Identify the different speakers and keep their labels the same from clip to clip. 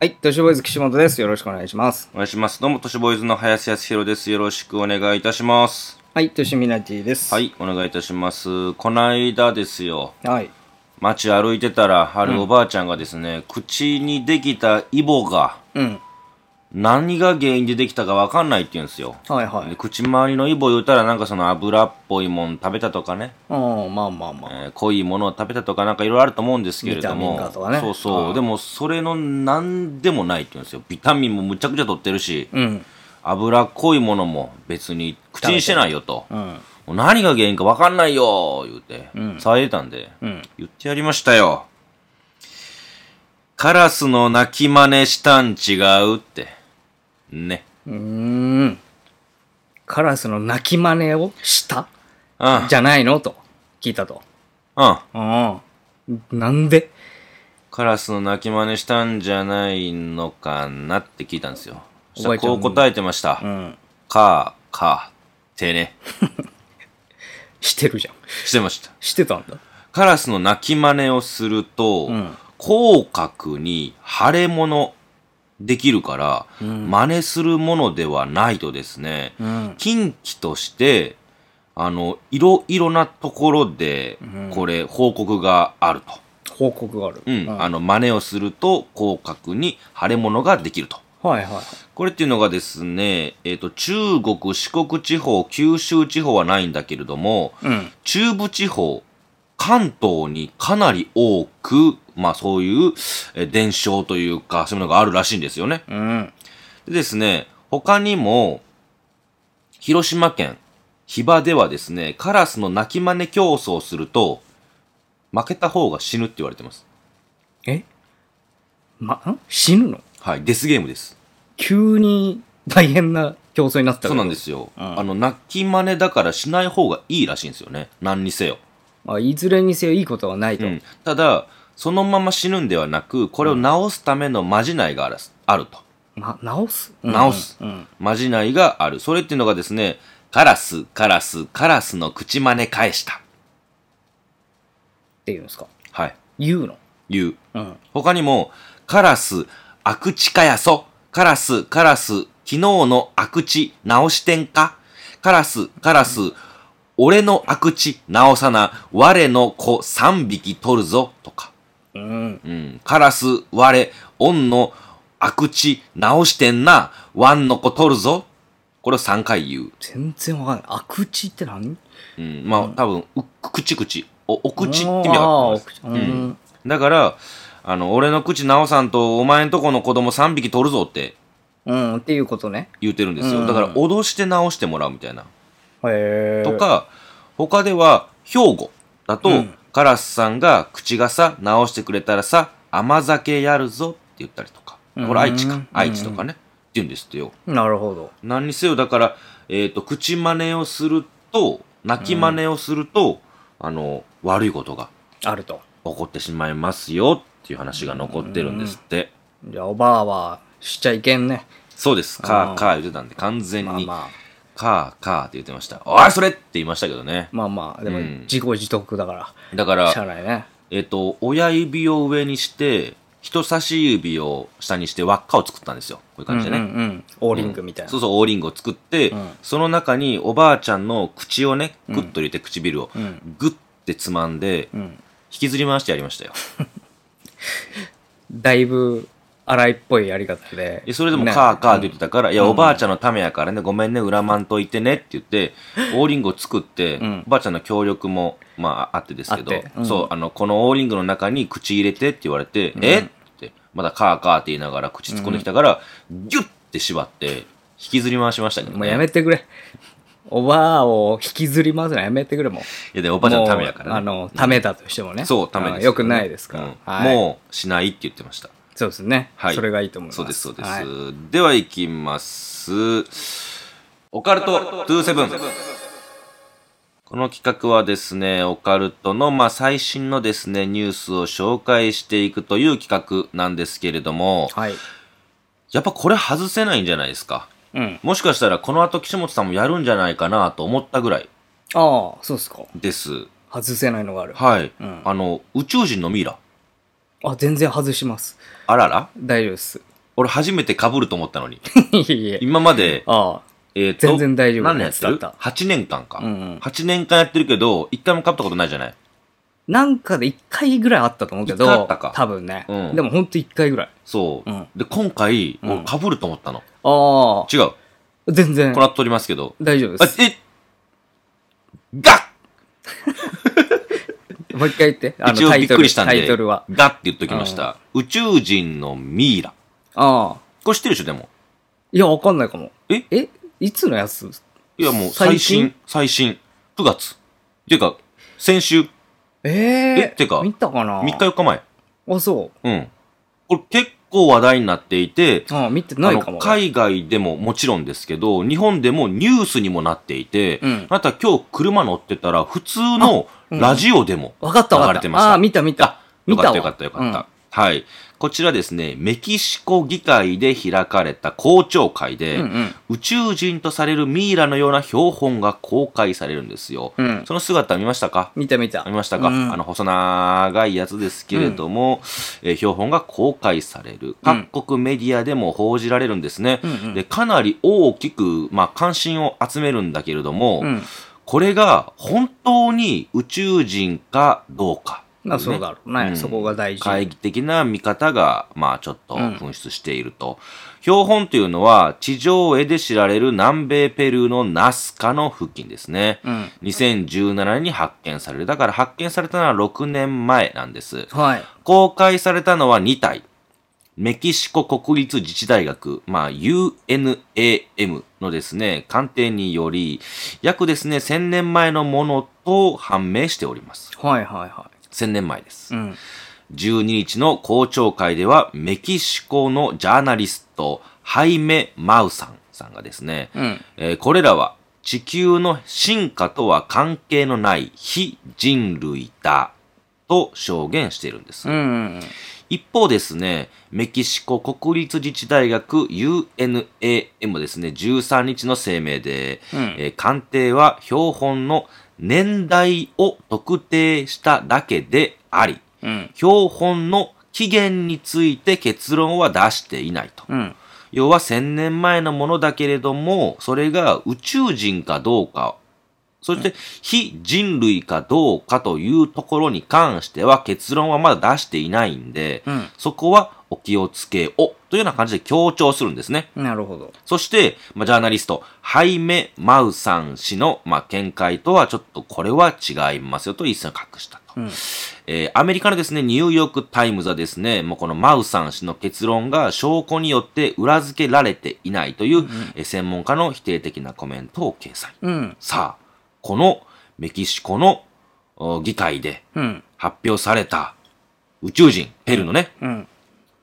Speaker 1: はい、都市ボーイズ岸本です。よろしくお願いします。
Speaker 2: お願いします。どうも、都市ボーイズの林康弘です。よろしくお願いいたします。
Speaker 1: はい、都市ミナティです。
Speaker 2: は。い、お願いいたします。こないだですよ、
Speaker 1: はい。
Speaker 2: 街歩いてたら、あるおばあちゃんがですね、口にできたイボが、
Speaker 1: うん。
Speaker 2: 何が原因でできたかわかんないって言うんですよ。
Speaker 1: はいは
Speaker 2: で
Speaker 1: い。
Speaker 2: 口周りのイボ言うたら、なんかその油っぽいもん食べたとかね、
Speaker 1: うん、まあまあまあ。
Speaker 2: えー濃いものを食べたとか、なんかいろいろあると思うんですけれども、
Speaker 1: ビタミンかとかね
Speaker 2: そう
Speaker 1: う
Speaker 2: そ
Speaker 1: ん
Speaker 2: う、でもそれの何でもないって言うんですよ。ビタミンもむちゃくちゃ取ってるし、
Speaker 1: うん。
Speaker 2: 脂っこいものも別に口にしてないよと。
Speaker 1: うん。
Speaker 2: もう何が原因か分かんないよ言うて、騒いでたんで、
Speaker 1: うん。
Speaker 2: 言ってやりましたよ。カラスの鳴き真似したん違うって。ね。
Speaker 1: うーん。カラスの鳴き真似をした
Speaker 2: うん。
Speaker 1: じゃないのと聞いたと。
Speaker 2: うん。
Speaker 1: うん。なんで
Speaker 2: カラスの鳴き真似したんじゃないのかなって聞いたんですよ。そした
Speaker 1: 覚え
Speaker 2: ら
Speaker 1: てる
Speaker 2: こう答えてました。
Speaker 1: うん。
Speaker 2: かー、かー、てね。
Speaker 1: してるじゃん。
Speaker 2: してました。
Speaker 1: してたんだ。
Speaker 2: カラスの鳴き真似をすると、
Speaker 1: うん
Speaker 2: 口角に腫れ物できるから、真似するものではないとですね、
Speaker 1: うん。
Speaker 2: 近畿として、あの、いろいろなところで、これ、報告があると。
Speaker 1: 報告がある。
Speaker 2: うん。あの、真似をすると、口角に腫れ物ができると。
Speaker 1: はいはい。
Speaker 2: これっていうのがですね、えっ、と、中国、四国地方、九州地方はないんだけれども、
Speaker 1: うん。
Speaker 2: 中部地方、関東にかなり多く、まあそういうえー伝承というか、そういうのがあるらしいんですよね。
Speaker 1: うん。
Speaker 2: でですね、他にも、広島県、比場ではですね、カラスの鳴き真似競争をすると、負けた方が死ぬって言われてます。
Speaker 1: えま、ん死ぬの
Speaker 2: はい、デスゲームです。
Speaker 1: 急に大変な競争になってた。
Speaker 2: そうなんですすよ。
Speaker 1: うん
Speaker 2: あの、鳴き真似だからしない方がいいらしいんですよね。何にせよ。
Speaker 1: あいずれにせよいいことはないと。
Speaker 2: うん、ただそのまま死ぬんではなくこれを治すためのまじないがあるあると
Speaker 1: ま、直す
Speaker 2: 直す
Speaker 1: うん。
Speaker 2: まじないがあるそれっていうのがですねカラスカラスカラスの口真似返した
Speaker 1: っていうんですか。
Speaker 2: はい
Speaker 1: 言うの。
Speaker 2: いう
Speaker 1: うん。
Speaker 2: 他にもカラスあくちかやそカラスカラス昨日のあくち直してんかカラスカラス俺のあくち直さな我の子3匹取るぞとか
Speaker 1: うん。
Speaker 2: うん、カラス、割れ、オンの、あくち、直してんな、ワンの子取るぞ。これを3回言う。
Speaker 1: 全然わかんない。あくちって何
Speaker 2: うん、まあ、多分、う、くちくち、お、お口って意味
Speaker 1: ああ
Speaker 2: だと思い
Speaker 1: お
Speaker 2: ます
Speaker 1: 口。うん。
Speaker 2: だから、あの、俺の口直さんと、お前んとこの子供3匹取るぞって
Speaker 1: うん。っていうことね。
Speaker 2: 言うてるんです
Speaker 1: うん
Speaker 2: よ。だから、脅して直してもらうみたいな。
Speaker 1: へえ。
Speaker 2: と。か、他では、兵庫だと、
Speaker 1: うん
Speaker 2: カラスさんが、口がさ、直してくれたらさ、甘酒やるぞって言ったりとか。これ愛知
Speaker 1: う
Speaker 2: か
Speaker 1: ん。
Speaker 2: 愛知とかね。って言うんですってよ。
Speaker 1: なるほど。
Speaker 2: 何にせよ、だから、えっ、と、口真似をすると、泣き真似をすると、あの、悪いことが
Speaker 1: あると。
Speaker 2: 起こってしまいますよっていう話が残ってるんですって。
Speaker 1: じゃあ、おばあはしちゃいけんね。
Speaker 2: そうです。
Speaker 1: う
Speaker 2: カ
Speaker 1: ん
Speaker 2: ー、カー言ってたんで、完全
Speaker 1: まあ
Speaker 2: に、
Speaker 1: まあ。
Speaker 2: カー、カーって言ってました。おい、それって言いましたけどね。
Speaker 1: まあまあ。でも
Speaker 2: うん、
Speaker 1: 自業自得だか。
Speaker 2: だから
Speaker 1: しゃ
Speaker 2: ら、
Speaker 1: あないね。
Speaker 2: えっ、と、親指を上にして、人差し指を下にして輪っかを作ったんですよ。こういう感じでね。
Speaker 1: うんうんうん。オーリングみたいな。
Speaker 2: そうそう、オーリングを作って、
Speaker 1: ん
Speaker 2: その中におばあちゃんの口をね、グッと入れて唇を
Speaker 1: ん
Speaker 2: グッてつまんで、
Speaker 1: うん。
Speaker 2: 引きずり回してやりましたよ。
Speaker 1: だいぶ荒いっぽいやり方で。
Speaker 2: えそれでも
Speaker 1: ね
Speaker 2: カーカーって言ってたから、いや、おばあちゃんのためやからね、ごめんね、恨まんといてねって言って、オーリングを作って、
Speaker 1: ん
Speaker 2: おばあちゃんの協力も、まあ、あってですけど
Speaker 1: あって、うん
Speaker 2: そう、あの、このオーリングの中に口入れてって言われて、えって、まだカーカーって言いながら口突っ込んできたから、ギュッて縛って、引きずり回しましたけどね。
Speaker 1: もうやめてくれ。おばあを引きずり回すのやめてくれ、もう。
Speaker 2: いや、でもおばあちゃんのためやからね。
Speaker 1: もうあの、ためだとしてもね。
Speaker 2: そう、ため
Speaker 1: あ
Speaker 2: です。
Speaker 1: よくないですから。
Speaker 2: うん
Speaker 1: はい、
Speaker 2: もうしないって言ってました。
Speaker 1: そうですね。
Speaker 2: はい
Speaker 1: それがいいと思います。
Speaker 2: そうです、そうです。
Speaker 1: はい
Speaker 2: では、いきます。オカルト27。この企画はですね、オカルトの、まあ、最新のですね、ニュースを紹介していくという企画なんですけれども、
Speaker 1: はい。
Speaker 2: やっぱこれ外せないんじゃないですか。
Speaker 1: うん。
Speaker 2: もしかしたらこの後岸本さんもやるんじゃないかなと思ったぐらい
Speaker 1: ああ、そうですか。
Speaker 2: です。
Speaker 1: 外せないのがある。
Speaker 2: はい。
Speaker 1: うん
Speaker 2: あの、宇宙人のミイラ。
Speaker 1: あ、全然外します。
Speaker 2: あらら
Speaker 1: 大丈夫です。
Speaker 2: 俺初めて被ると思ったのに。
Speaker 1: いえいえ。
Speaker 2: 今まで、
Speaker 1: ああ、
Speaker 2: えー、と、
Speaker 1: 全然大丈夫
Speaker 2: 何
Speaker 1: な
Speaker 2: 年や
Speaker 1: や
Speaker 2: っ
Speaker 1: つ
Speaker 2: て
Speaker 1: だっ
Speaker 2: る
Speaker 1: た。
Speaker 2: ?8 年間か、
Speaker 1: うんうん
Speaker 2: 8年間やってるけど、一回も被ったことないじゃない
Speaker 1: なんかで1回ぐらいあったと思うけ
Speaker 2: 一回あ
Speaker 1: ど
Speaker 2: ったか、
Speaker 1: 多分ね。
Speaker 2: うん
Speaker 1: でもほんと1回ぐらい。
Speaker 2: そう、
Speaker 1: うん
Speaker 2: で、今回、
Speaker 1: うん
Speaker 2: 俺被ると思ったの。
Speaker 1: ああ、
Speaker 2: 違う。
Speaker 1: 全然
Speaker 2: この後撮りますけど。
Speaker 1: 大丈夫で
Speaker 2: あ
Speaker 1: す。
Speaker 2: えガッ
Speaker 1: もう一回言って。
Speaker 2: 一応びっくりしたんで、
Speaker 1: タイトルは。
Speaker 2: ガッて言っときました。宇宙人のミイラ。
Speaker 1: ああ。
Speaker 2: これ知ってるでしょ、でも。
Speaker 1: いや、わかんないかも。
Speaker 2: え
Speaker 1: えいつのやつ
Speaker 2: いや、もう最新、最新。9月。ていうか、先週、
Speaker 1: ええ
Speaker 2: えてか
Speaker 1: 見たかな
Speaker 2: 3日4日前。
Speaker 1: あ、そ
Speaker 2: うん。これ結構話題になっていて、
Speaker 1: う。ああ、見てないか
Speaker 2: あの
Speaker 1: も。
Speaker 2: 海外でももちろんですけど、日本でもニュースにもなっていて、
Speaker 1: うん
Speaker 2: また今日車乗ってたら、普通のラジオでも、
Speaker 1: わかったわ
Speaker 2: 流
Speaker 1: か
Speaker 2: れ
Speaker 1: ってた。
Speaker 2: ました
Speaker 1: ああ、見た見た
Speaker 2: あ。
Speaker 1: 見
Speaker 2: よかったた
Speaker 1: わ
Speaker 2: よかったよかった。はい。こちらですね、メキシコ議会で開かれた公聴会で、
Speaker 1: うんうん
Speaker 2: 宇宙人とされるミイラのような標本が公開されるんですよ。
Speaker 1: うん。うん。
Speaker 2: その姿見ましたか
Speaker 1: 見た見た。
Speaker 2: 見ましたか、
Speaker 1: うん
Speaker 2: あの、細長いやつですけれども、えー標本が公開される。
Speaker 1: うん
Speaker 2: 各国メディアでも報じられるんですね。
Speaker 1: うんうん
Speaker 2: で、かなり大きく、まあ、関心を集めるんだけれども、
Speaker 1: うん。
Speaker 2: これが本当に宇宙人かどうか、
Speaker 1: まあ、そうだろうね。
Speaker 2: うん
Speaker 1: そこが大事。
Speaker 2: 懐疑的な見方が、まあちょっと
Speaker 1: うん
Speaker 2: 噴出していると。標本というのは、地上絵で知られる南米ペルーのナスカの付近ですね。
Speaker 1: うん。
Speaker 2: 2017年に発見される。だから発見されたのは6年前なんです。
Speaker 1: はい。
Speaker 2: 公開されたのは2体。メキシコ国立自治大学、まあ UNAM のですね、鑑定により、約ですね、1000年前のものと判明しております。
Speaker 1: はいはいは
Speaker 2: 1000年前です
Speaker 1: い。う。ん。
Speaker 2: 12日の公聴会では、メキシコのジャーナリスト、ハイメ・マウさんさんがですね、
Speaker 1: うん。
Speaker 2: えーこれらは地球の進化とは関係のない非人類だと証言しているんです。
Speaker 1: うんうんうん。
Speaker 2: 一方ですね、メキシコ国立自治大学 UNAM ですね、13日の声明で、
Speaker 1: うん
Speaker 2: えー鑑定は標本の年代を特定しただけであり、
Speaker 1: うん。
Speaker 2: 標本の起源について結論は出していないと。
Speaker 1: うん。
Speaker 2: 要は1000年前のものだけれども、それが宇宙人かどうか、そして非人類かどうかというところに関しては結論はまだ出していないんで、
Speaker 1: うん
Speaker 2: そこはお気をつけをというような感じで強調するんですね。
Speaker 1: なるほど。
Speaker 2: そして、まあ、ジャーナリスト、ハイメ・マウさん氏の、まあ、見解とはちょっとこれは違いますよと一線を隠した
Speaker 1: う
Speaker 2: と。
Speaker 1: ん
Speaker 2: えーアメリカのですね、ニューヨークタイムズはですね、もうこのマウさん氏の結論が証拠によって裏付けられていないという、えー専門家の否定的なコメントを掲載。
Speaker 1: うん。
Speaker 2: さあ、このメキシコのお議会で
Speaker 1: うん。
Speaker 2: 発表された宇宙人、ペルーのね、
Speaker 1: うん。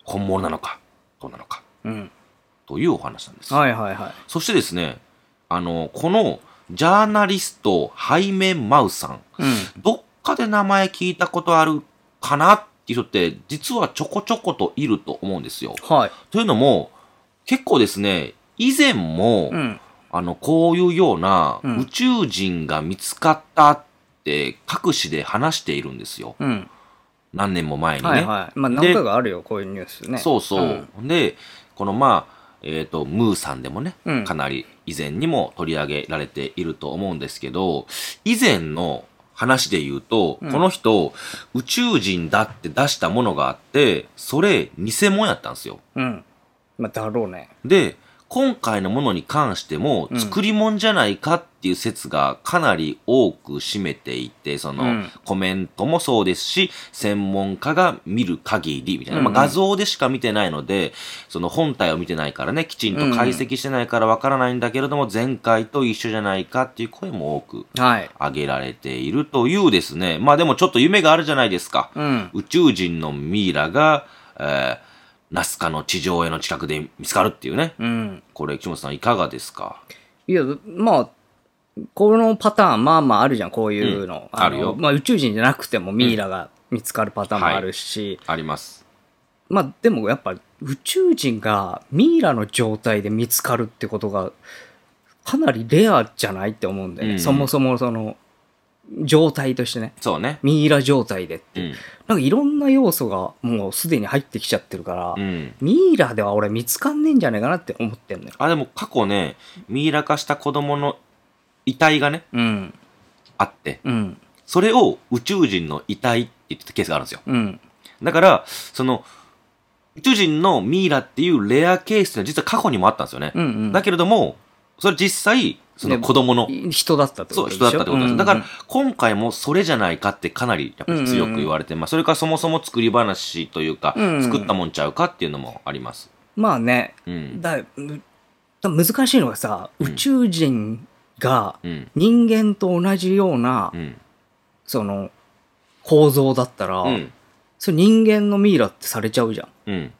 Speaker 2: 本物なのか、どうなのか、
Speaker 1: うん。
Speaker 2: というお話なんです。
Speaker 1: はいはいはい。
Speaker 2: そしてですね、あの、このジャーナリスト、ハイメ・マウさん、
Speaker 1: うん。
Speaker 2: どっかで名前聞いたことあるかなっていう人って、実はちょこちょこといると思うんですよ。
Speaker 1: はい。
Speaker 2: というのも、結構ですね、以前も、
Speaker 1: うん。
Speaker 2: あの、こういうような
Speaker 1: うん
Speaker 2: 宇宙人が見つかったって、各紙で話しているんですよ。
Speaker 1: うん。
Speaker 2: 何年も前にね。
Speaker 1: はいはい。まあ、何回かあるよ、こういうニュースね。
Speaker 2: そうそう。で、このまあ、えっ、と、ムーさんでもね、
Speaker 1: うん
Speaker 2: かなり以前にも取り上げられていると思うんですけど、以前の話で言うと、
Speaker 1: うん
Speaker 2: この人、宇宙人だって出したものがあって、それ、偽物やったんですよ。
Speaker 1: うん。うん。まあ、だろうね。
Speaker 2: で、今回のものに関しても
Speaker 1: う、ん
Speaker 2: 作り物じゃないかっていう説がかなり多く占めていて、その、
Speaker 1: うん
Speaker 2: コメントもそうですし、専門家が見る限り、みたいな。まあ、
Speaker 1: うんうん
Speaker 2: 画像でしか見てないので、その本体を見てないからね、きちんと解析してないからわからないんだけれども、前回と一緒じゃないかっていう声も多く
Speaker 1: はい。
Speaker 2: 上げられているというですね。まあでもちょっと夢があるじゃないですか。
Speaker 1: うん。
Speaker 2: 宇宙人のミイラが、えーナスカの地上絵の近くで見つかるっていうね。
Speaker 1: うん。
Speaker 2: これ、岸本さんいかがですか
Speaker 1: いや、まあ、このパターン、まあまああるじゃん、こういうの。
Speaker 2: うん
Speaker 1: の
Speaker 2: あるよ
Speaker 1: まあ、宇宙人じゃなくてもミイラが見つかるパターンもあるし、
Speaker 2: あります。
Speaker 1: まあ、でもやっぱ、宇宙人がミイラの状態で見つかるってことが、かなりレアじゃないって思うんだよね。
Speaker 2: うん
Speaker 1: そもそも、その、状態としてね。
Speaker 2: そうね。
Speaker 1: ミイラ状態でって
Speaker 2: う
Speaker 1: いう、
Speaker 2: ん。
Speaker 1: なんかいろんな要素がもうすでに入ってきちゃってるから、
Speaker 2: うん。
Speaker 1: ミイラでは俺見つかんねえんじゃねえかなって思ってんのよ。
Speaker 2: あ、でも過去ね、ミイラ化した子供の遺体がね、
Speaker 1: うん。
Speaker 2: あって、
Speaker 1: うん。
Speaker 2: それを宇宙人の遺体って言ってたケースがあるんですよ。
Speaker 1: うん。
Speaker 2: だから、その、宇宙人のミイラっていうレアケースっていうのは実は過去にもあったんですよね。
Speaker 1: うんうん。
Speaker 2: だけれども、それ実際、その
Speaker 1: ね
Speaker 2: 子供の、
Speaker 1: 人だったってこ
Speaker 2: そう、
Speaker 1: とでしょ
Speaker 2: 人だったってことです。
Speaker 1: うん
Speaker 2: だから、今回もそれじゃないかってかなりやっぱり強く言われてます。それからそもそも作り話というか、
Speaker 1: うんうん
Speaker 2: 作ったもんちゃうかっていうのもあります。
Speaker 1: まあね、
Speaker 2: うん。
Speaker 1: だむだ難しいのがさ、
Speaker 2: うん
Speaker 1: 宇宙人が
Speaker 2: うん。
Speaker 1: 人間と同じような、
Speaker 2: うん。
Speaker 1: その構造だったら、
Speaker 2: うん。
Speaker 1: それ人間のミイラってされちゃうじゃん。
Speaker 2: うん。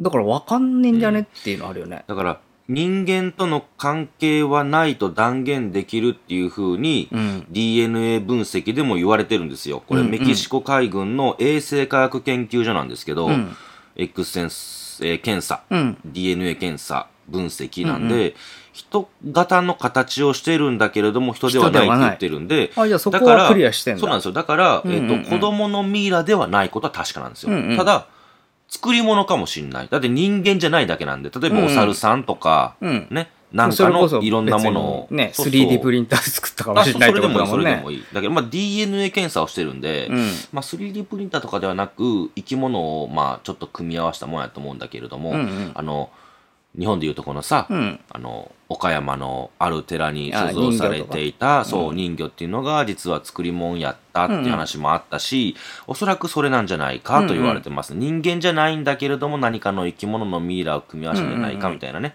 Speaker 1: だから分かんねえんじゃねっていうのあるよね。
Speaker 2: だから、人間との関係はないと断言できるっていうふうに、
Speaker 1: うん。
Speaker 2: DNA 分析でも言われてるんですよ。こ
Speaker 1: う
Speaker 2: れ、
Speaker 1: んうん
Speaker 2: メキシコ海軍の衛生科学研究所なんですけど、
Speaker 1: うん。
Speaker 2: X 線、えー検査、
Speaker 1: うん。
Speaker 2: DNA 検査、分析なんで、
Speaker 1: うん
Speaker 2: 人型の形をしてるんだけれども、人ではないって言ってるんで、
Speaker 1: あ、じゃあそこ
Speaker 2: だから
Speaker 1: はクリアしてんだ。
Speaker 2: そうなんですよ。だから、
Speaker 1: うんうんうん
Speaker 2: えっと、子供のミイラではないことは確かなんですよ。
Speaker 1: うんうん
Speaker 2: ただ、作り物かもしんない。だって人間じゃないだけなんで、例えばお猿さんとか、
Speaker 1: うん。
Speaker 2: ね、なんかのいろんなものを
Speaker 1: そ。れこそ
Speaker 2: そ
Speaker 1: 別
Speaker 2: うそう
Speaker 1: にね、3D プリンターで作ったかも
Speaker 2: あ
Speaker 1: し
Speaker 2: そう
Speaker 1: れない
Speaker 2: それ
Speaker 1: って
Speaker 2: で
Speaker 1: こと
Speaker 2: もい
Speaker 1: だ
Speaker 2: い、
Speaker 1: も
Speaker 2: そ
Speaker 1: んね
Speaker 2: れでも。いい。だけど、まあ、DNA 検査をしてるんで、
Speaker 1: うん
Speaker 2: まあ、3D プリンターとかではなく、生き物を、まあ、ちょっと組み合わせたものやと思うんだけれども、
Speaker 1: うんうん
Speaker 2: あの、日本でいうとこのさ、
Speaker 1: うん。
Speaker 2: あの、岡山のある寺に
Speaker 1: あ
Speaker 2: 所蔵されていた、そう、人魚っていうのが実は作り物やったって
Speaker 1: うん
Speaker 2: いう
Speaker 1: うん
Speaker 2: 話もあったし、おそらくそれなんじゃないかと言われてます。人間じゃないんだけれども、何かの生き物のミイラを組み合わせたんじゃないかみたいなね。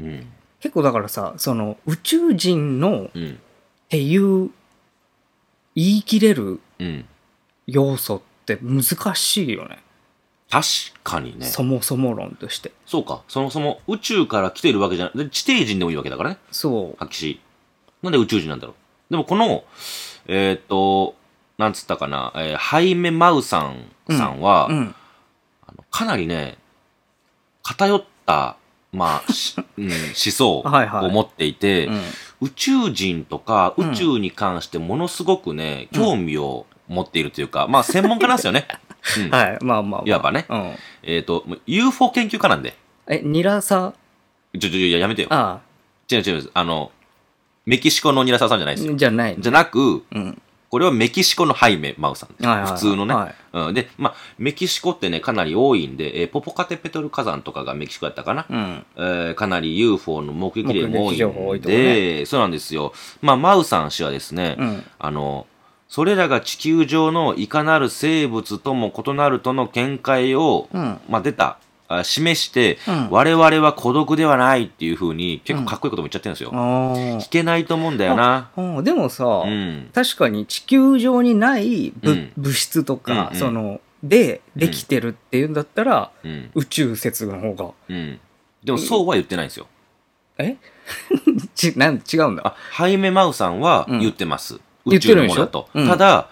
Speaker 2: うん、
Speaker 1: 結構だからさ、その宇宙人のっ
Speaker 2: うん、
Speaker 1: ていう言い切れる
Speaker 2: うん。
Speaker 1: 要素って難しいよね。
Speaker 2: 確かにね。
Speaker 1: そもそも論として。
Speaker 2: そうか。そもそも宇宙から来てるわけじゃない。で地底人でもいいわけだからね。
Speaker 1: そう。
Speaker 2: 白紙。なんで宇宙人なんだろう。でもこの、えーっと、なんつったかな、えーハイメ・マウさんさんは、
Speaker 1: うん。
Speaker 2: あのかなりね、偏った、ま あ、しうん、思想
Speaker 1: はいはい
Speaker 2: を持っていて、
Speaker 1: うん
Speaker 2: 宇宙人とか
Speaker 1: うん
Speaker 2: 宇宙に関してものすごくね、興味を持っているというか、まあ専門家なん ですよね。うん
Speaker 1: はい。まあまあまあ。
Speaker 2: いわばね
Speaker 1: うん。
Speaker 2: えーっと、もう UFO 研究家なんで。
Speaker 1: え、ニラさ、
Speaker 2: ちょ、ちょ、ややめてよ。
Speaker 1: あ
Speaker 2: 違う違う違う。あの、メキシコのニラサワさんじゃないですよ。
Speaker 1: あ、じゃない。
Speaker 2: じゃなく、
Speaker 1: うん。
Speaker 2: これはメキシコのハイメ・マウさんです。
Speaker 1: はいはいはい
Speaker 2: 普通のね、
Speaker 1: はい
Speaker 2: うん。で、まあ、メキシコってね、かなり多いんで、えーポポカテペトル火山とかがメキシコやったかな。
Speaker 1: うん。
Speaker 2: えーかなり UFO の目撃例も
Speaker 1: 目
Speaker 2: 多い
Speaker 1: 撃情報多い
Speaker 2: ん
Speaker 1: とこ
Speaker 2: で、そうなんですよ。まあ、マウさん氏はですね、
Speaker 1: うん。
Speaker 2: あの、それらが地球上のいかなる生物とも異なるとの見解を、
Speaker 1: うん
Speaker 2: まあ、出た、あ示して、
Speaker 1: うん
Speaker 2: 我々は孤独ではないっていうふうに、結構かっこいいことも言っちゃってるんですよ。
Speaker 1: あ
Speaker 2: 聞けないと思うんだよな。
Speaker 1: あ。うんでもさ
Speaker 2: う、ん。
Speaker 1: 確かに地球上にない物,、
Speaker 2: うん
Speaker 1: 物質とか、
Speaker 2: うんうん
Speaker 1: そのでできてるっていうんだったら、
Speaker 2: うん。
Speaker 1: 宇宙説の方が
Speaker 2: うん。でもそうは言ってないんですよ。
Speaker 1: えちなん違うんだ
Speaker 2: あ、ハイメ・マウさんは
Speaker 1: うん
Speaker 2: 言ってます。
Speaker 1: 言
Speaker 2: 宇
Speaker 1: って
Speaker 2: 宙
Speaker 1: る
Speaker 2: の
Speaker 1: んで
Speaker 2: も
Speaker 1: し
Speaker 2: の
Speaker 1: ょ
Speaker 2: だと。
Speaker 1: うん
Speaker 2: ただ、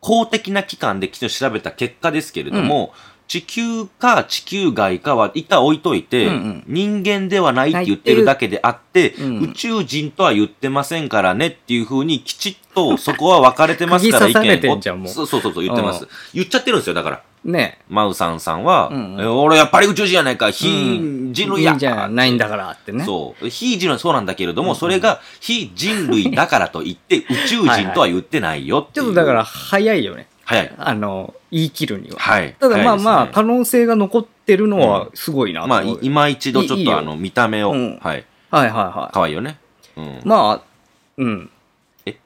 Speaker 2: 公的な機関できちんと調べた結果ですけれども、地球か地球外かは一回置いといて、
Speaker 1: うんうん
Speaker 2: 人間ではないって言ってるだけであって、
Speaker 1: うん
Speaker 2: 宇宙人とは言ってませんからねっていうふうにきちっとそこは分かれてますから
Speaker 1: 釘
Speaker 2: 意
Speaker 1: 刺されて
Speaker 2: 見
Speaker 1: んじゃんもう
Speaker 2: そうそうそうそう言ってます
Speaker 1: う。
Speaker 2: 言っちゃってるんですよ、だから。
Speaker 1: ね
Speaker 2: マウさんさんは、
Speaker 1: うんうん
Speaker 2: え俺やっぱり宇宙人やないか、非
Speaker 1: うん
Speaker 2: 人類や、
Speaker 1: いいじゃないんだからってね
Speaker 2: そう。非人類はそうなんだけれども、それが非人類だからといって、宇宙人とは言ってないよっ
Speaker 1: ち
Speaker 2: ていう
Speaker 1: ょっとだから、早いよね
Speaker 2: 早い。
Speaker 1: あの言い切るには、
Speaker 2: はい。
Speaker 1: ただまあまあ、
Speaker 2: 早いです
Speaker 1: 可能性が残ってるのはすごいな
Speaker 2: ね
Speaker 1: と
Speaker 2: まあ、
Speaker 1: 思う、
Speaker 2: い今一度ちょ
Speaker 1: い
Speaker 2: っ
Speaker 1: いよ
Speaker 2: とあの、見た目を、
Speaker 1: うん
Speaker 2: はい。
Speaker 1: はいはいは
Speaker 2: 可愛いよね。うん
Speaker 1: い。まあうん
Speaker 2: え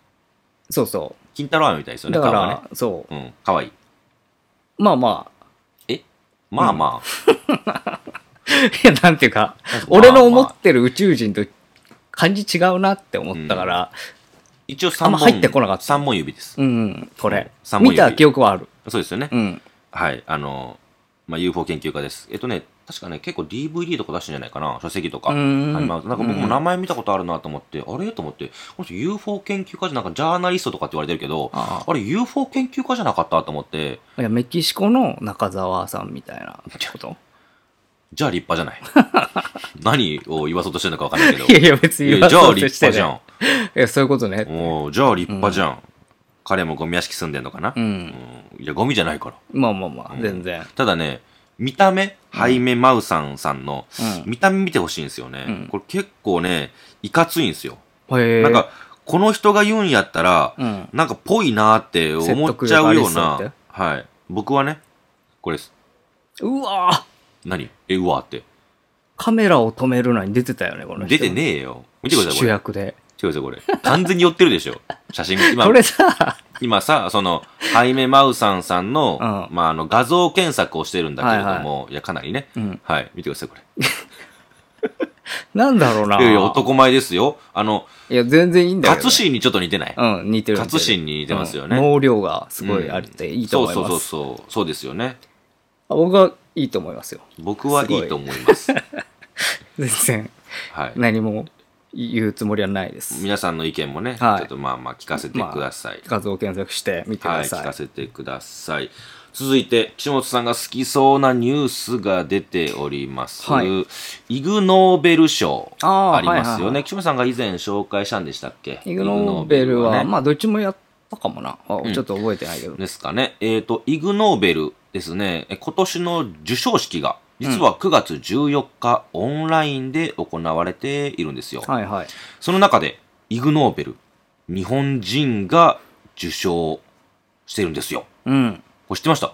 Speaker 1: そうそ
Speaker 2: 金太郎飴みたいです
Speaker 1: う
Speaker 2: よね、
Speaker 1: だか
Speaker 2: 顔がね
Speaker 1: ら、。そう
Speaker 2: うん、可愛い。
Speaker 1: まあまあ
Speaker 2: えまあまあ。
Speaker 1: いや、なんていうか、俺の思ってる宇宙人と感じ違うなって思ったから、
Speaker 2: 一応
Speaker 1: あん
Speaker 2: 三
Speaker 1: ま
Speaker 2: 本。
Speaker 1: 入ってこなかった
Speaker 2: 三本指です。
Speaker 1: うん、これ、
Speaker 2: 三本
Speaker 1: 見
Speaker 2: 指
Speaker 1: た記憶はある。
Speaker 2: そうですよね
Speaker 1: う。ん。
Speaker 2: はい。あの、まあ、UFO 研究家です。えっとね、確かね、結構 DVD とか出してんじゃないかな、書籍とか。
Speaker 1: うーん
Speaker 2: はいまあなんか僕も名前見たことあるなと思って、あれと思って、この人 UFO 研究家じゃなんかジャーナリストとかって言われてるけど、
Speaker 1: あ
Speaker 2: あれ UFO 研究家じゃなかったと思って、
Speaker 1: いや、メキシコの中澤さんみたいなこと
Speaker 2: じゃあ立派じゃない。何を言わそうとしてるのかわかんないけど。
Speaker 1: いやいや、別に言
Speaker 2: いや
Speaker 1: わ
Speaker 2: じゃ
Speaker 1: そ
Speaker 2: あ
Speaker 1: うと
Speaker 2: 立
Speaker 1: して
Speaker 2: 派じゃ
Speaker 1: なんい。。いやそういうことね。
Speaker 2: おーじゃあ立派じゃん、彼もゴミ屋敷住んでんのかな、
Speaker 1: うん。
Speaker 2: うんいやゴミじゃないから
Speaker 1: まあまあまあ、全然。
Speaker 2: ただね見た目背面マウさんさんの、
Speaker 1: うん
Speaker 2: 見た目見てほしいんですよね、
Speaker 1: うん
Speaker 2: これ結構ねいかついんですよ、
Speaker 1: へえ。
Speaker 2: なんかこの人が言うんやったら、
Speaker 1: うん。
Speaker 2: なんかぽいなーって思っちゃう
Speaker 1: 説
Speaker 2: よう
Speaker 1: 得力ありそうっ
Speaker 2: な
Speaker 1: て
Speaker 2: はい僕はねこれです
Speaker 1: うわー
Speaker 2: 何えうわーって
Speaker 1: カメラを止めるのに出てたよね、この人。
Speaker 2: 出てねえよ見てくださいこ
Speaker 1: 主
Speaker 2: れ
Speaker 1: 役で。
Speaker 2: 見てくださいこれ完全に寄ってるでしょ 写真今
Speaker 1: これさ、
Speaker 2: 今さ、その、ハイメ・マウさんさんの、
Speaker 1: うん
Speaker 2: まあ、あの、画像検索をしてるんだけれども、いや、かなりね。
Speaker 1: うん
Speaker 2: はい、見てください、これ。
Speaker 1: なんだろうな。
Speaker 2: いやいや、男前ですよ。あの、
Speaker 1: いや、全然いいんだよ、ね。
Speaker 2: 勝新にちょっと似てない、
Speaker 1: うん、似てる。
Speaker 2: 勝新に似てますよね
Speaker 1: うん能量がすごいあっていいと思います。
Speaker 2: そうそうそうそう。そうですよね。
Speaker 1: あ僕はいいと思いますよ。
Speaker 2: 僕はいいと思い ます。
Speaker 1: 全然
Speaker 2: はい。
Speaker 1: 何も言うつもりはないです。
Speaker 2: 皆さんの意見もね、
Speaker 1: はい
Speaker 2: ちょっとまあまあ聞かせてください。
Speaker 1: 画像検索してみてく
Speaker 2: は
Speaker 1: だ
Speaker 2: い、
Speaker 1: さ
Speaker 2: 聞
Speaker 1: い。
Speaker 2: かせてください。続いて、岸本さんが好きそうなニュースが出ております。
Speaker 1: はい
Speaker 2: イグ・ノーベル賞
Speaker 1: あー
Speaker 2: ありますよね。
Speaker 1: はいはいはい
Speaker 2: 岸本さんが以前紹介したんでしたっけ
Speaker 1: イグノーベルは、
Speaker 2: イグノーベルね
Speaker 1: まあ、どっちもやったかもな。あ
Speaker 2: ん
Speaker 1: ちょっと覚えてないけど。
Speaker 2: ですかね。えっ、と、イグ・ノーベルですね。え今年の授賞式が、実は9月14日、オンラインで行われているんですよ。
Speaker 1: はいはい。
Speaker 2: その中で、イグ・ノーベル、日本人が受賞してるんですよ。
Speaker 1: うん。
Speaker 2: これ知ってました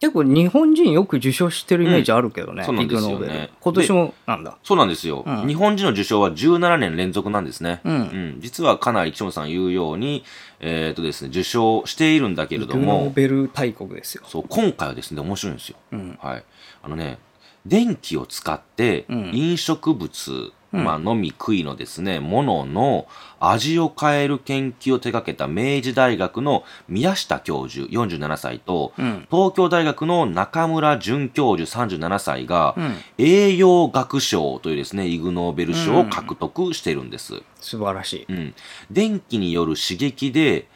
Speaker 1: 結構日本人よく受賞してるイメージあるけどね、
Speaker 2: うんそうなん
Speaker 1: イ
Speaker 2: で
Speaker 1: グ
Speaker 2: すよね
Speaker 1: ノーベル。今年もなんだ。
Speaker 2: そうなんですよ、
Speaker 1: うん
Speaker 2: 日本人の受賞は17年連続なんですね。
Speaker 1: うん
Speaker 2: 実はかなり岸本さん言うように、えっ、とですね、受賞しているんだけ
Speaker 1: イ
Speaker 2: れど
Speaker 1: グノー
Speaker 2: も、
Speaker 1: ベル大国ですよ。
Speaker 2: そう、今回はですね、面白いんですよ。
Speaker 1: うん。
Speaker 2: はい。あのね、電気を使って
Speaker 1: うん
Speaker 2: 飲食物、
Speaker 1: うん
Speaker 2: まあ、飲み食いのですね、ものの味を変える研究を手掛けた明治大学の宮下教授47歳と、
Speaker 1: うん。
Speaker 2: 東京大学の中村准教授37歳が、
Speaker 1: うん。
Speaker 2: 栄養学賞というですね、イグノーベル賞を獲得しているんです。
Speaker 1: 素晴らしい。
Speaker 2: うん。電気による刺激で、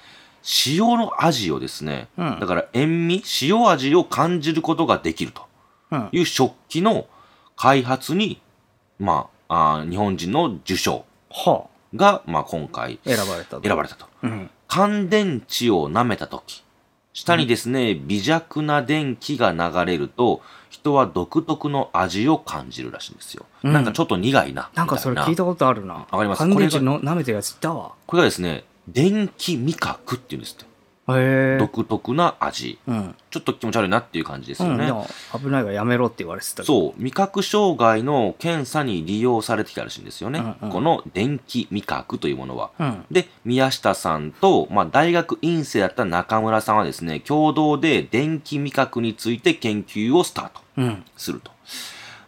Speaker 2: 塩の味をですね、
Speaker 1: うん
Speaker 2: だから塩味、塩味を感じることができると
Speaker 1: うん。
Speaker 2: いう食器の開発に、まあ、あー日本人の受賞
Speaker 1: は
Speaker 2: が、まあ今回
Speaker 1: あ、選ばれたと。
Speaker 2: 選ばれたと。
Speaker 1: うん。
Speaker 2: 乾電池を舐めた時下にですね、微弱な電気が流れると人は独特の味を感じるらしいんですよ、
Speaker 1: うん
Speaker 2: なんかちょっと苦いな
Speaker 1: なんかそれ聞い
Speaker 2: み
Speaker 1: た
Speaker 2: た
Speaker 1: ことあるな。わ
Speaker 2: かります
Speaker 1: 乾電池
Speaker 2: これ
Speaker 1: の舐めてるやついたわ。
Speaker 2: これがですね電気味覚っていうんですって
Speaker 1: へえ。
Speaker 2: 独特な味
Speaker 1: うん。
Speaker 2: ちょっと気持ち悪いなっていう感じです
Speaker 1: う
Speaker 2: よ
Speaker 1: ん、
Speaker 2: ね、
Speaker 1: でも危ないからやめろって言われてたけど
Speaker 2: そう味覚障害の検査に利用されてきたらしいんですよね、
Speaker 1: うんうん
Speaker 2: この電気味覚というものは、
Speaker 1: うん。
Speaker 2: で、宮下さんと、まあ、大学院生だった中村さんはですね、共同で電気味覚について研究をスタート
Speaker 1: うん。
Speaker 2: すると。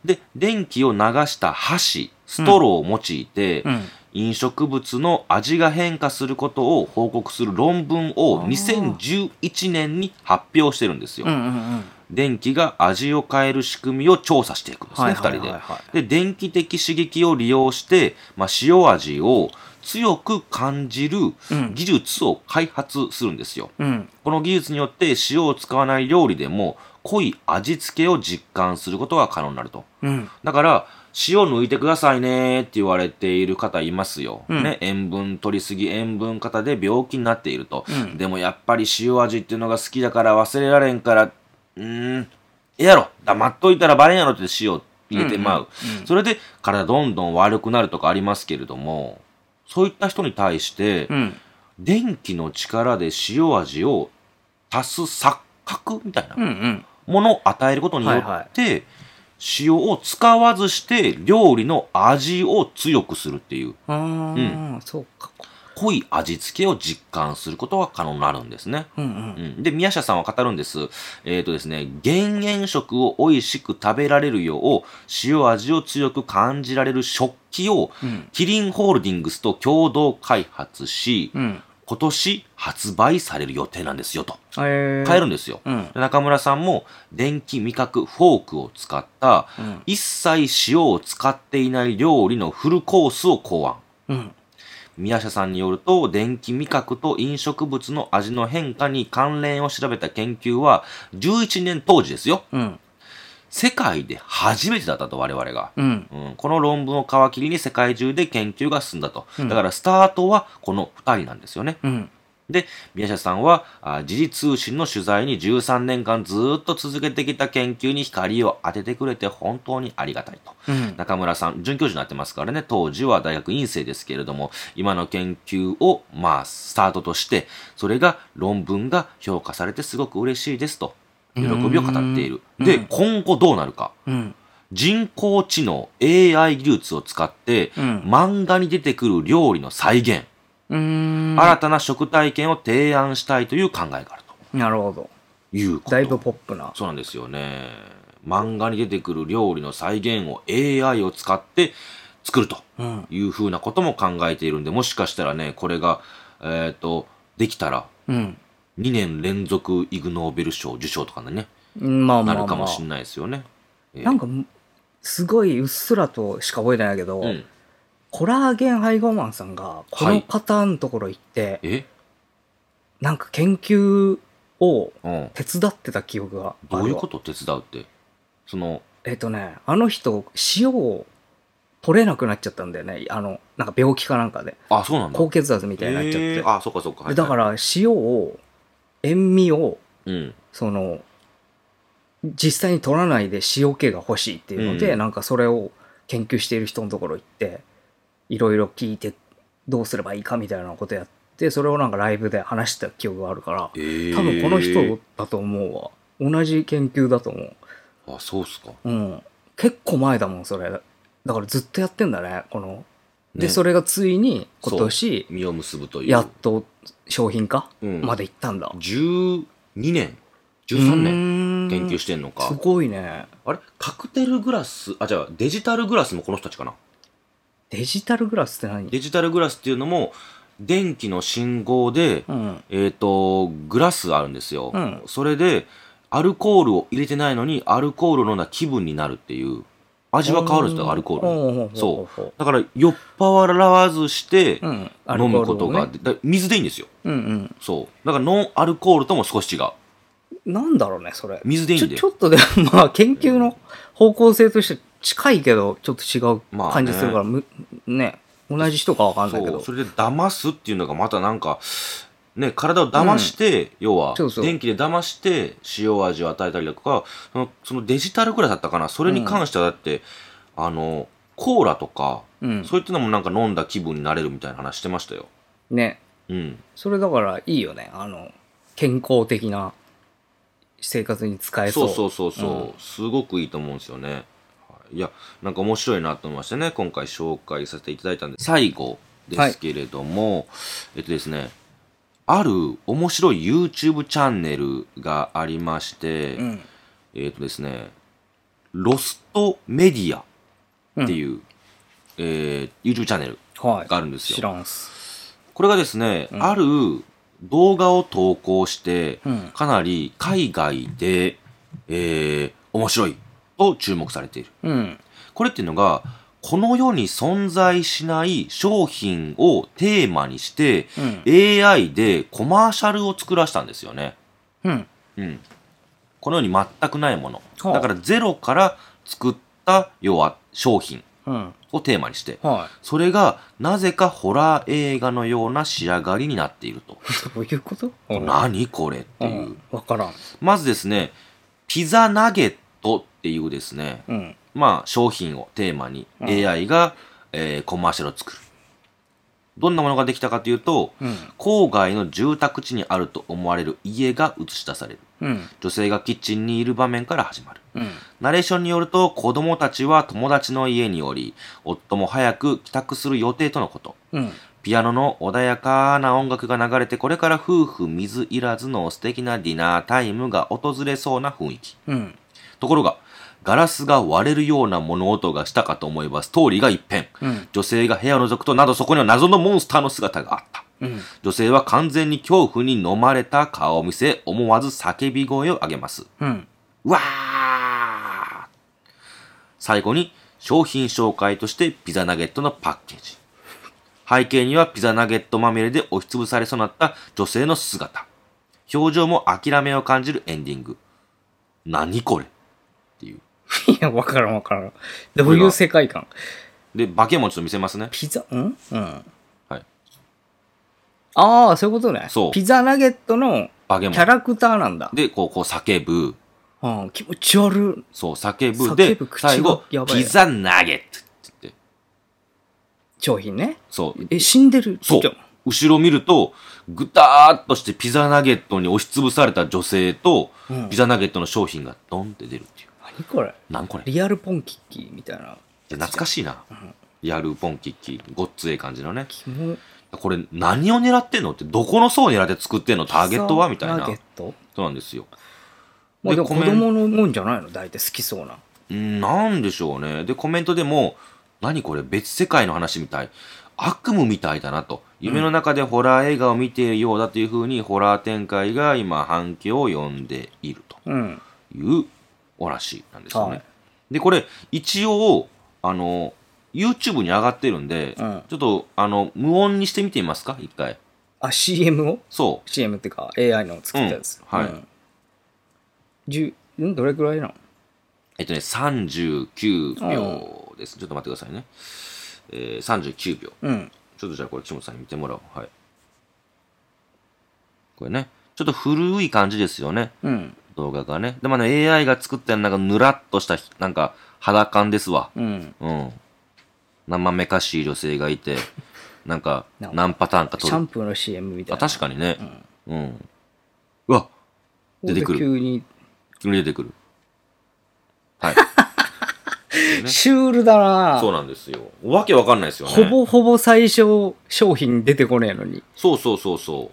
Speaker 2: で、電気を流した箸、ストローを用いて、
Speaker 1: うん。
Speaker 2: 飲食物の味が変化することを報告する論文を
Speaker 1: あー
Speaker 2: 2011年に発表してるんですよ。
Speaker 1: うんうんうん。
Speaker 2: 電気が味を変える仕組みを調査していくんですね、
Speaker 1: はい
Speaker 2: 二
Speaker 1: はいはい
Speaker 2: 人で。
Speaker 1: は
Speaker 2: で電気的刺激を利用して、まあ、塩味を強く感じる
Speaker 1: うん
Speaker 2: 技術を開発するんですよ、
Speaker 1: うん。
Speaker 2: この技術によって塩を使わない料理でも濃い味付けを実感することが可能になると
Speaker 1: うん。
Speaker 2: だから塩抜いてくださいねって言われている方いますよ、
Speaker 1: うん
Speaker 2: ね、塩分取りすぎ塩分型で病気になっていると、
Speaker 1: うん
Speaker 2: でもやっぱり塩味っていうのが好きだから忘れられんからうーんええやろ黙っといたらバレんやろって塩入れてまう、それで体どんどん悪くなるとかありますけれども、そういった人に対して、
Speaker 1: うん。
Speaker 2: 電気の力で塩味を足す錯覚みたいな
Speaker 1: うんうん。
Speaker 2: ものを与えることによって、
Speaker 1: はいは
Speaker 2: 塩を使わずして料理の味を強くするっていう、
Speaker 1: ああ、そうか。
Speaker 2: 濃い味付けを実感することが可能になるんですね。
Speaker 1: うんう。
Speaker 2: うんん、で、宮下さんは語るんです。えっ、とですね、減塩食を美味しく食べられるよう、塩味を強く感じられる食器を、
Speaker 1: うん。
Speaker 2: キリンホールディングスと共同開発し、
Speaker 1: うん。
Speaker 2: 今年発売される予定なんですよと。
Speaker 1: え
Speaker 2: 買えるんですよ。
Speaker 1: うん。
Speaker 2: で中村さんも電気味覚フォークを使った、
Speaker 1: うん
Speaker 2: 一切塩を使っていない料理のフルコースを考案。
Speaker 1: うん。
Speaker 2: 宮下さんによると、電気味覚と飲食物の味の変化に関連を調べた研究は、11年当時ですよ。
Speaker 1: うん。
Speaker 2: 世界で初めてだったと我々が。
Speaker 1: うん。
Speaker 2: うん、この論文を皮切りに世界中で研究が進んだと。だからスタートはこの2人なんですよね。
Speaker 1: うん。
Speaker 2: で、宮下さんは、あ時事通信の取材に13年間ずっと続けてきた研究に光を当ててくれて本当にありがたいと。
Speaker 1: うん。
Speaker 2: 中村さん、准教授になってますからね、当時は大学院生ですけれども、今の研究を、まあ、スタートとして、それが論文が評価されてすごく嬉しいですと、喜びを語っている。
Speaker 1: うんう
Speaker 2: で
Speaker 1: ん、
Speaker 2: 今後どうなるか。
Speaker 1: うん。
Speaker 2: 人工知能 AI 技術を使って、
Speaker 1: うん
Speaker 2: 漫画に出てくる料理の再現、
Speaker 1: うん。
Speaker 2: 新たな食体験を提案したいという考えがある
Speaker 1: なるほど。
Speaker 2: ということ
Speaker 1: だいぶポップな。
Speaker 2: そうなんですよね漫画に出てくる料理の再現を AI を使って作ると
Speaker 1: うん。
Speaker 2: いうふうなことも考えているんでもしかしたらねこれがえっ、とできたら
Speaker 1: うん。
Speaker 2: 2年連続イグ・ノーベル賞受賞とかね
Speaker 1: まあま
Speaker 2: な
Speaker 1: あ、まあ、
Speaker 2: るかもしれないですよね、えー
Speaker 1: なんか、すごいうっすらとしか覚えてないけど、
Speaker 2: うん
Speaker 1: コラーゲン配合マンさんが、この方のところ行って、
Speaker 2: え
Speaker 1: なんか研究を
Speaker 2: うん
Speaker 1: 手伝ってた記憶があるわ
Speaker 2: どういうこと手伝うってその
Speaker 1: えっとね、あの人、塩を取れなくなっちゃったんだよね。あの、なんか病気かなんかで。
Speaker 2: あそうなんだ
Speaker 1: 高血圧みたいになっちゃって。
Speaker 2: えーあそうかそうか、はいはい
Speaker 1: でだから、塩を、塩味を、
Speaker 2: うん
Speaker 1: その、実際に取らないで塩気が欲しいっていうので、
Speaker 2: うん
Speaker 1: なんかそれを研究している人のところ行って、いろいろ聞いて、どうすればいいかみたいなことやって、それをなんかライブで話した記憶があるから、
Speaker 2: えー
Speaker 1: 多分この人だと思うわ。同じ研究だと思う。
Speaker 2: あそうっすか
Speaker 1: うん、結構前だもんそれだからずっとやってんだねこので、
Speaker 2: ね
Speaker 1: それがついに今
Speaker 2: そう
Speaker 1: 年
Speaker 2: 実を結ぶという
Speaker 1: やっと商品化、
Speaker 2: うん
Speaker 1: まで行ったんだ
Speaker 2: 12年13年
Speaker 1: 年
Speaker 2: 研究してんの
Speaker 1: す
Speaker 2: か
Speaker 1: ごいね
Speaker 2: あれカクテルグラスあじゃあデジタルグラスもこの人たちかな
Speaker 1: デジタルグラスって何
Speaker 2: デジタルグラスっていうのも電気の信号で、
Speaker 1: うん
Speaker 2: えっ、とグラスあるんですよ、
Speaker 1: うん
Speaker 2: それでアルコールを入れてないのにアルコールを飲んだ気分になるっていう味は変わるんですよアルコールの
Speaker 1: ル
Speaker 2: そうだから酔っ払わずして
Speaker 1: んうんアルコ
Speaker 2: 飲
Speaker 1: ールをね
Speaker 2: むことが、だ水でいいんですよ
Speaker 1: うんうん
Speaker 2: そうだからノンアルコールとも少し違う
Speaker 1: なんだろうねそれ
Speaker 2: 水でいい
Speaker 1: ち
Speaker 2: ん
Speaker 1: ょ
Speaker 2: で
Speaker 1: ちょっとでも まあ研究の方向性として近いけどちょっと違う感じするから、むね同じ人かわかんないけ
Speaker 2: そ
Speaker 1: ど
Speaker 2: うそれで騙すっていうのがまたなんかね体を騙して、要は
Speaker 1: そうそう
Speaker 2: 電気で騙して塩味を与えたりだとかそのそのデジタルぐらいだったかなそれに関してはだって、あのコーラとか、
Speaker 1: うん
Speaker 2: そういったのもなんか飲んだ気分になれるみたいな話してましたよ
Speaker 1: ね
Speaker 2: うん
Speaker 1: それだからいいよねあの健康的な生活に使えそ
Speaker 2: そううそううそうそう、すごくいいと思うんですよねはいいやなんか面白いなと思いましてね今回紹介させていただいたんで最後ですけれども、えっとですねある面白い YouTube チャンネルがありまして、
Speaker 1: ん
Speaker 2: えっとですねロストメディアっていう、えー YouTube チャンネル
Speaker 1: はい
Speaker 2: があるんですよ
Speaker 1: 知らんっす
Speaker 2: これがですね、
Speaker 1: ん
Speaker 2: ある動画を投稿して、
Speaker 1: うん
Speaker 2: かなり海外で、えー面白いと注目されている。
Speaker 1: うん
Speaker 2: これっていうのが、この世に存在しない商品をテーマにして、
Speaker 1: うん
Speaker 2: AI でコマーシャルを作らせたんですよね。
Speaker 1: うん
Speaker 2: うん。この世に全くないもの。
Speaker 1: はあ
Speaker 2: だからゼロから作った、要は商品
Speaker 1: うん
Speaker 2: をテーマにして、
Speaker 1: は
Speaker 2: それがなぜかホラー映画のような仕上がりになっていると。
Speaker 1: いそういうこと
Speaker 2: 何これって
Speaker 1: う
Speaker 2: いう。
Speaker 1: んわからん
Speaker 2: まずですね、ピザナゲットっていうですね、
Speaker 1: うん
Speaker 2: まあ商品をテーマに
Speaker 1: うん
Speaker 2: AI が、えーコマーシャルを作る。どんなものができたかというと、
Speaker 1: うん
Speaker 2: 郊外の住宅地にあると思われる家が映し出される。
Speaker 1: うん
Speaker 2: 女性がキッチンにいる場面から始まる。
Speaker 1: うん
Speaker 2: ナレーションによると、子供たちは友達の家におり、夫も早く帰宅する予定とのこと。
Speaker 1: うん
Speaker 2: ピアノの穏やかな音楽が流れて、これから夫婦水いらずの素敵なディナータイムが訪れそうな雰囲気。
Speaker 1: うん
Speaker 2: ところが、ガラスが割れるような物音がしたかと思えば、ストーリーが一変。
Speaker 1: うん
Speaker 2: 女性が部屋を覗くとなどそこには謎のモンスターの姿があった。
Speaker 1: うん
Speaker 2: 女性は完全に恐怖に飲まれた顔を見せ、思わず叫び声を上げます。
Speaker 1: うん
Speaker 2: うわー最後に商品紹介としてピザナゲットのパッケージ。背景にはピザナゲットまみれで押しつぶされそうになった女性の姿。表情も諦めを感じるエンディング。何これっていう。
Speaker 1: いや、わからんわからん。どういう世界観
Speaker 2: で、化け物ちょっと見せますね。
Speaker 1: ピザ、んうん。
Speaker 2: はい。
Speaker 1: ああ、そういうことね。
Speaker 2: そう
Speaker 1: ピザナゲットの
Speaker 2: 化け
Speaker 1: キャ
Speaker 2: 物。
Speaker 1: ラクターなんだ。
Speaker 2: で、こう、こう叫ぶ。
Speaker 1: うん、気持ち悪い。
Speaker 2: そう、叫ぶ。で
Speaker 1: 叫ぶ、口が
Speaker 2: 最後
Speaker 1: や、ばい
Speaker 2: ピザナゲットって言って。
Speaker 1: 商品ね。
Speaker 2: そう。
Speaker 1: え、死んでる
Speaker 2: そう
Speaker 1: じゃん。
Speaker 2: 後ろ見ると、ぐたーっとしてピザナゲットに押しつぶされた女性と、
Speaker 1: うん
Speaker 2: ピザナゲットの商品がドンって出るっていう。
Speaker 1: 何これ
Speaker 2: なんこれ
Speaker 1: リアルポンキッキーみたいな。
Speaker 2: 懐かしいな。やるポンキッキー、ごっつええ感じのね。
Speaker 1: キモ
Speaker 2: これ何を狙ってんのって、どこの層を狙って作ってんのターゲットはみたい
Speaker 1: タ
Speaker 2: な
Speaker 1: ーゲ。ット
Speaker 2: そうなんですよ。
Speaker 1: まあで
Speaker 2: で
Speaker 1: も
Speaker 2: コ
Speaker 1: 子
Speaker 2: メン
Speaker 1: 供のもんじゃないの大体好きそうな。
Speaker 2: うんなんでしょうね。で、コメントでも、何これ別世界の話みたい。悪夢みたいだなと。夢の中でホラー映画を見ているようだというふうに、ホラー展開が今反響を呼んでいると
Speaker 1: うん。
Speaker 2: いうお話なんですよね。
Speaker 1: はい
Speaker 2: で、これ、一応、あの、YouTube に上がってるんで、
Speaker 1: うん
Speaker 2: ちょっと、あの、無音にしてみてみますか一回。
Speaker 1: あ、CM を
Speaker 2: そ
Speaker 1: ?CM っていうか AI の作ったやつ。
Speaker 2: うんはい
Speaker 1: んじゅんどれくらいなの
Speaker 2: う。えっとね、39秒です。ちょっと待ってくださいね。えー、39秒。
Speaker 1: うん。
Speaker 2: ちょっとじゃあこれ岸本さんに見てもらおう。はい。これね、ちょっと古い感じですよね、
Speaker 1: うん。
Speaker 2: 動画がね。でもね、AI が作ったなんかぬらっとした、なんか肌感ですわ。
Speaker 1: うん。
Speaker 2: うん。生めかしい女性が いて、なんか
Speaker 1: なんか
Speaker 2: 何パターンか
Speaker 1: シ
Speaker 2: 撮
Speaker 1: ャ
Speaker 2: る。
Speaker 1: ンプーの CM みたい
Speaker 2: あ
Speaker 1: な。
Speaker 2: 確かにね。うん。うわ、出てくる
Speaker 1: ここで急に、
Speaker 2: 急に出てくる。 はい。ね
Speaker 1: シュールだな
Speaker 2: そうなんですよ。わけわかんないですよね。
Speaker 1: ほぼほぼ最初商品出てこねえのに。
Speaker 2: そうそうそうそ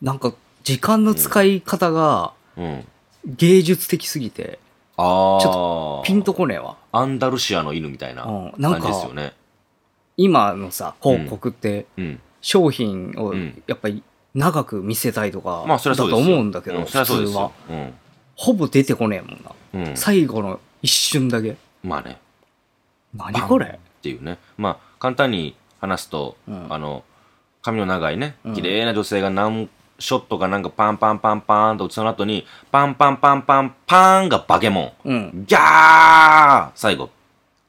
Speaker 1: なんか時間の使い方が
Speaker 2: う。うん。
Speaker 1: 芸術的すぎて、
Speaker 2: ああ。
Speaker 1: ちピンとこねえわ。
Speaker 2: アンダルシアの犬みたいな
Speaker 1: うんな
Speaker 2: 感
Speaker 1: ん
Speaker 2: じ
Speaker 1: か
Speaker 2: ですよね。
Speaker 1: 今のさ、報告って、
Speaker 2: うん。
Speaker 1: 商品を
Speaker 2: うん
Speaker 1: やっぱり長く見せたいとか、
Speaker 2: まあ、そりゃ
Speaker 1: だ
Speaker 2: そうです
Speaker 1: と
Speaker 2: よ。
Speaker 1: 思うんだけど、
Speaker 2: うそり
Speaker 1: 普
Speaker 2: ゃ
Speaker 1: 通
Speaker 2: そうですよ
Speaker 1: は。。ほぼ出てこねえもんな。
Speaker 2: うん。うん。
Speaker 1: 最後の一瞬だけ。
Speaker 2: まあね。
Speaker 1: 何こ
Speaker 2: バンっ
Speaker 1: れ
Speaker 2: ていうね。まあ、簡単に話すと、
Speaker 1: うん
Speaker 2: あの、髪の長いね
Speaker 1: う、ん
Speaker 2: 綺麗な女性が何ショットかなんかパンパンパンパーンと打つの後に、パンパンパンパンパーンがバケモ
Speaker 1: うん。
Speaker 2: ン。ギャー最後、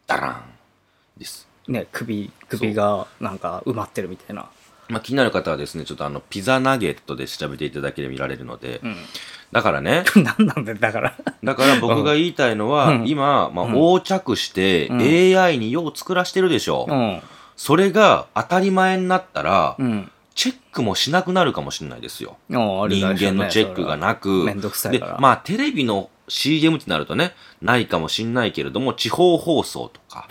Speaker 2: ダランです。
Speaker 1: ね、首、首がなんか埋まってるみたいな。
Speaker 2: まあ、気になる方はですね、ちょっとあの、ピザナゲットで調べていただければ見られるので、
Speaker 1: うん。
Speaker 2: だからね、
Speaker 1: 何なんだよだから。
Speaker 2: だから僕が言いたいのは、
Speaker 1: うん
Speaker 2: 今、まあ、
Speaker 1: うん
Speaker 2: 横着して、
Speaker 1: うん
Speaker 2: AI によう作らしてるでしょ、
Speaker 1: うん。
Speaker 2: それが当たり前になったら、
Speaker 1: うん。
Speaker 2: チェックもしなくなるかもしれないですよ。
Speaker 1: ああある
Speaker 2: 人
Speaker 1: だろうね
Speaker 2: 間のチェックがな
Speaker 1: それは
Speaker 2: く。
Speaker 1: めんどくさい
Speaker 2: で
Speaker 1: から。、
Speaker 2: まあ、テレビの CM ってなるとね、ないかもしんないけれども、地方放送とか、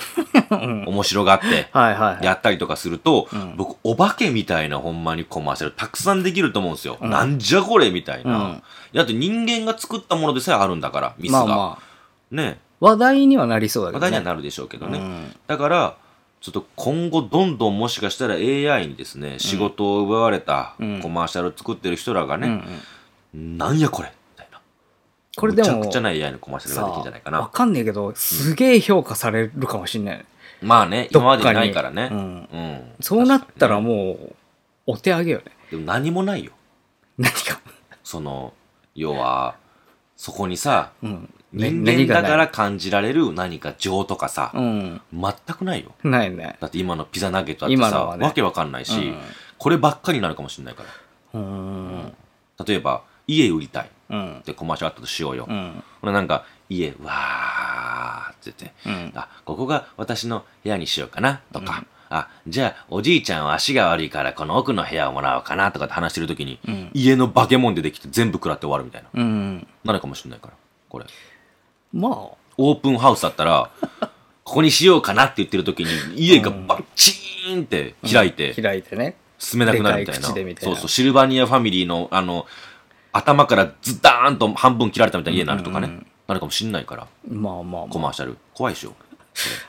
Speaker 1: うん
Speaker 2: 面白がって、
Speaker 1: はいはい。
Speaker 2: やったりとかすると、
Speaker 1: うん
Speaker 2: 僕、お化けみたいなほんまにコマーシャルたくさんできると思うんですよ。
Speaker 1: うん
Speaker 2: なんじゃこれみたい
Speaker 1: うん
Speaker 2: な、だって人間が作ったものでさえあるんだから、ミス
Speaker 1: ま
Speaker 2: が。
Speaker 1: あまあ、
Speaker 2: ね。
Speaker 1: 話題にはなりそうだけど
Speaker 2: 話題
Speaker 1: ね。
Speaker 2: にはなるでしょうけどね。
Speaker 1: うん
Speaker 2: だから、ちょっと今後どんどんもしかしたら AI にですね、仕事を奪われた
Speaker 1: うん
Speaker 2: コマーシャルを作ってる人らが
Speaker 1: うんう
Speaker 2: ね、
Speaker 1: ん
Speaker 2: なんやこれみたいな。
Speaker 1: これで
Speaker 2: むちゃ
Speaker 1: も
Speaker 2: くちゃな AI のコマーシャルができるんじゃないか
Speaker 1: さわ
Speaker 2: な。
Speaker 1: かんねえけど、すげえ評価されるかもしんないね。
Speaker 2: まあね、
Speaker 1: ど
Speaker 2: 今ま
Speaker 1: っかに
Speaker 2: でにないから
Speaker 1: う
Speaker 2: ね。
Speaker 1: ん。
Speaker 2: うん。
Speaker 1: そうなったら
Speaker 2: 確か
Speaker 1: もう、お手上げよね。
Speaker 2: にね。でも何もないよ。
Speaker 1: 何か。
Speaker 2: その、要は、そこにさ、
Speaker 1: うん。ね
Speaker 2: 人間だか。
Speaker 1: 何
Speaker 2: ら感じられる何か情とかさ
Speaker 1: が、ない
Speaker 2: 全くないよ。
Speaker 1: うん。ないね。
Speaker 2: だって今のピザナゲットだって
Speaker 1: 今
Speaker 2: さ、
Speaker 1: のはね
Speaker 2: わけわかんないし、こればっかりになるかもしれないから。
Speaker 1: うん。うん。
Speaker 2: 例えば家売りたいっ
Speaker 1: うん。
Speaker 2: てコマーシャルあったとしようよ、
Speaker 1: うん。
Speaker 2: 俺なんか家わーって言って
Speaker 1: うん。
Speaker 2: あここが私の部屋にしようかなとか、あじゃあおじいちゃんは足が悪いからこの奥の部屋をもらおうかなとかって話してる時に、
Speaker 1: うん
Speaker 2: 家の化け物出てきて全部食らって終わるみたいな
Speaker 1: うん。
Speaker 2: なるかもしれないからこれ
Speaker 1: まあ、
Speaker 2: オープンハウスだったらここにしようかなって言ってる時に家がバッチーンって開いて、
Speaker 1: 開いてね。
Speaker 2: 進めなくなるみたい
Speaker 1: でか
Speaker 2: な
Speaker 1: い口でみたいな
Speaker 2: そうそうシルバニアファミリーのあの頭からズダーンと半分切られたみたいな家になるとかね、
Speaker 1: うんうんうん
Speaker 2: なるかもしんないから
Speaker 1: まあまあ
Speaker 2: コ
Speaker 1: まあ。
Speaker 2: マーシャル怖いでしょ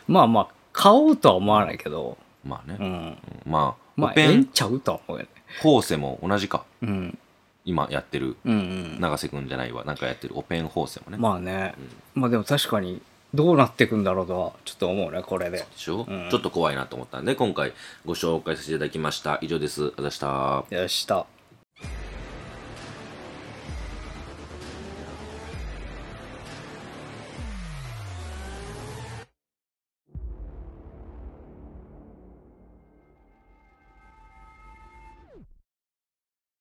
Speaker 1: まあまあ、買おうとは思わないけど、
Speaker 2: まあね、
Speaker 1: うん。
Speaker 2: まあ、
Speaker 1: まあ
Speaker 2: オ、ペ
Speaker 1: ええん
Speaker 2: ン
Speaker 1: ちゃうとは思うよね。
Speaker 2: ホーセも同じか
Speaker 1: うん。
Speaker 2: 今やってる
Speaker 1: うんうん。
Speaker 2: 永瀬くんじゃないわなんかやってるオペンホーセもね、
Speaker 1: まあね、まあでも確かにどうなっていくんだろうとはちょっと思うねこれで。
Speaker 2: でしょ、
Speaker 1: うん
Speaker 2: ちょっと怖いなと思ったんで今回ご紹介させていただきました以上ですありがとうございました
Speaker 1: よしと。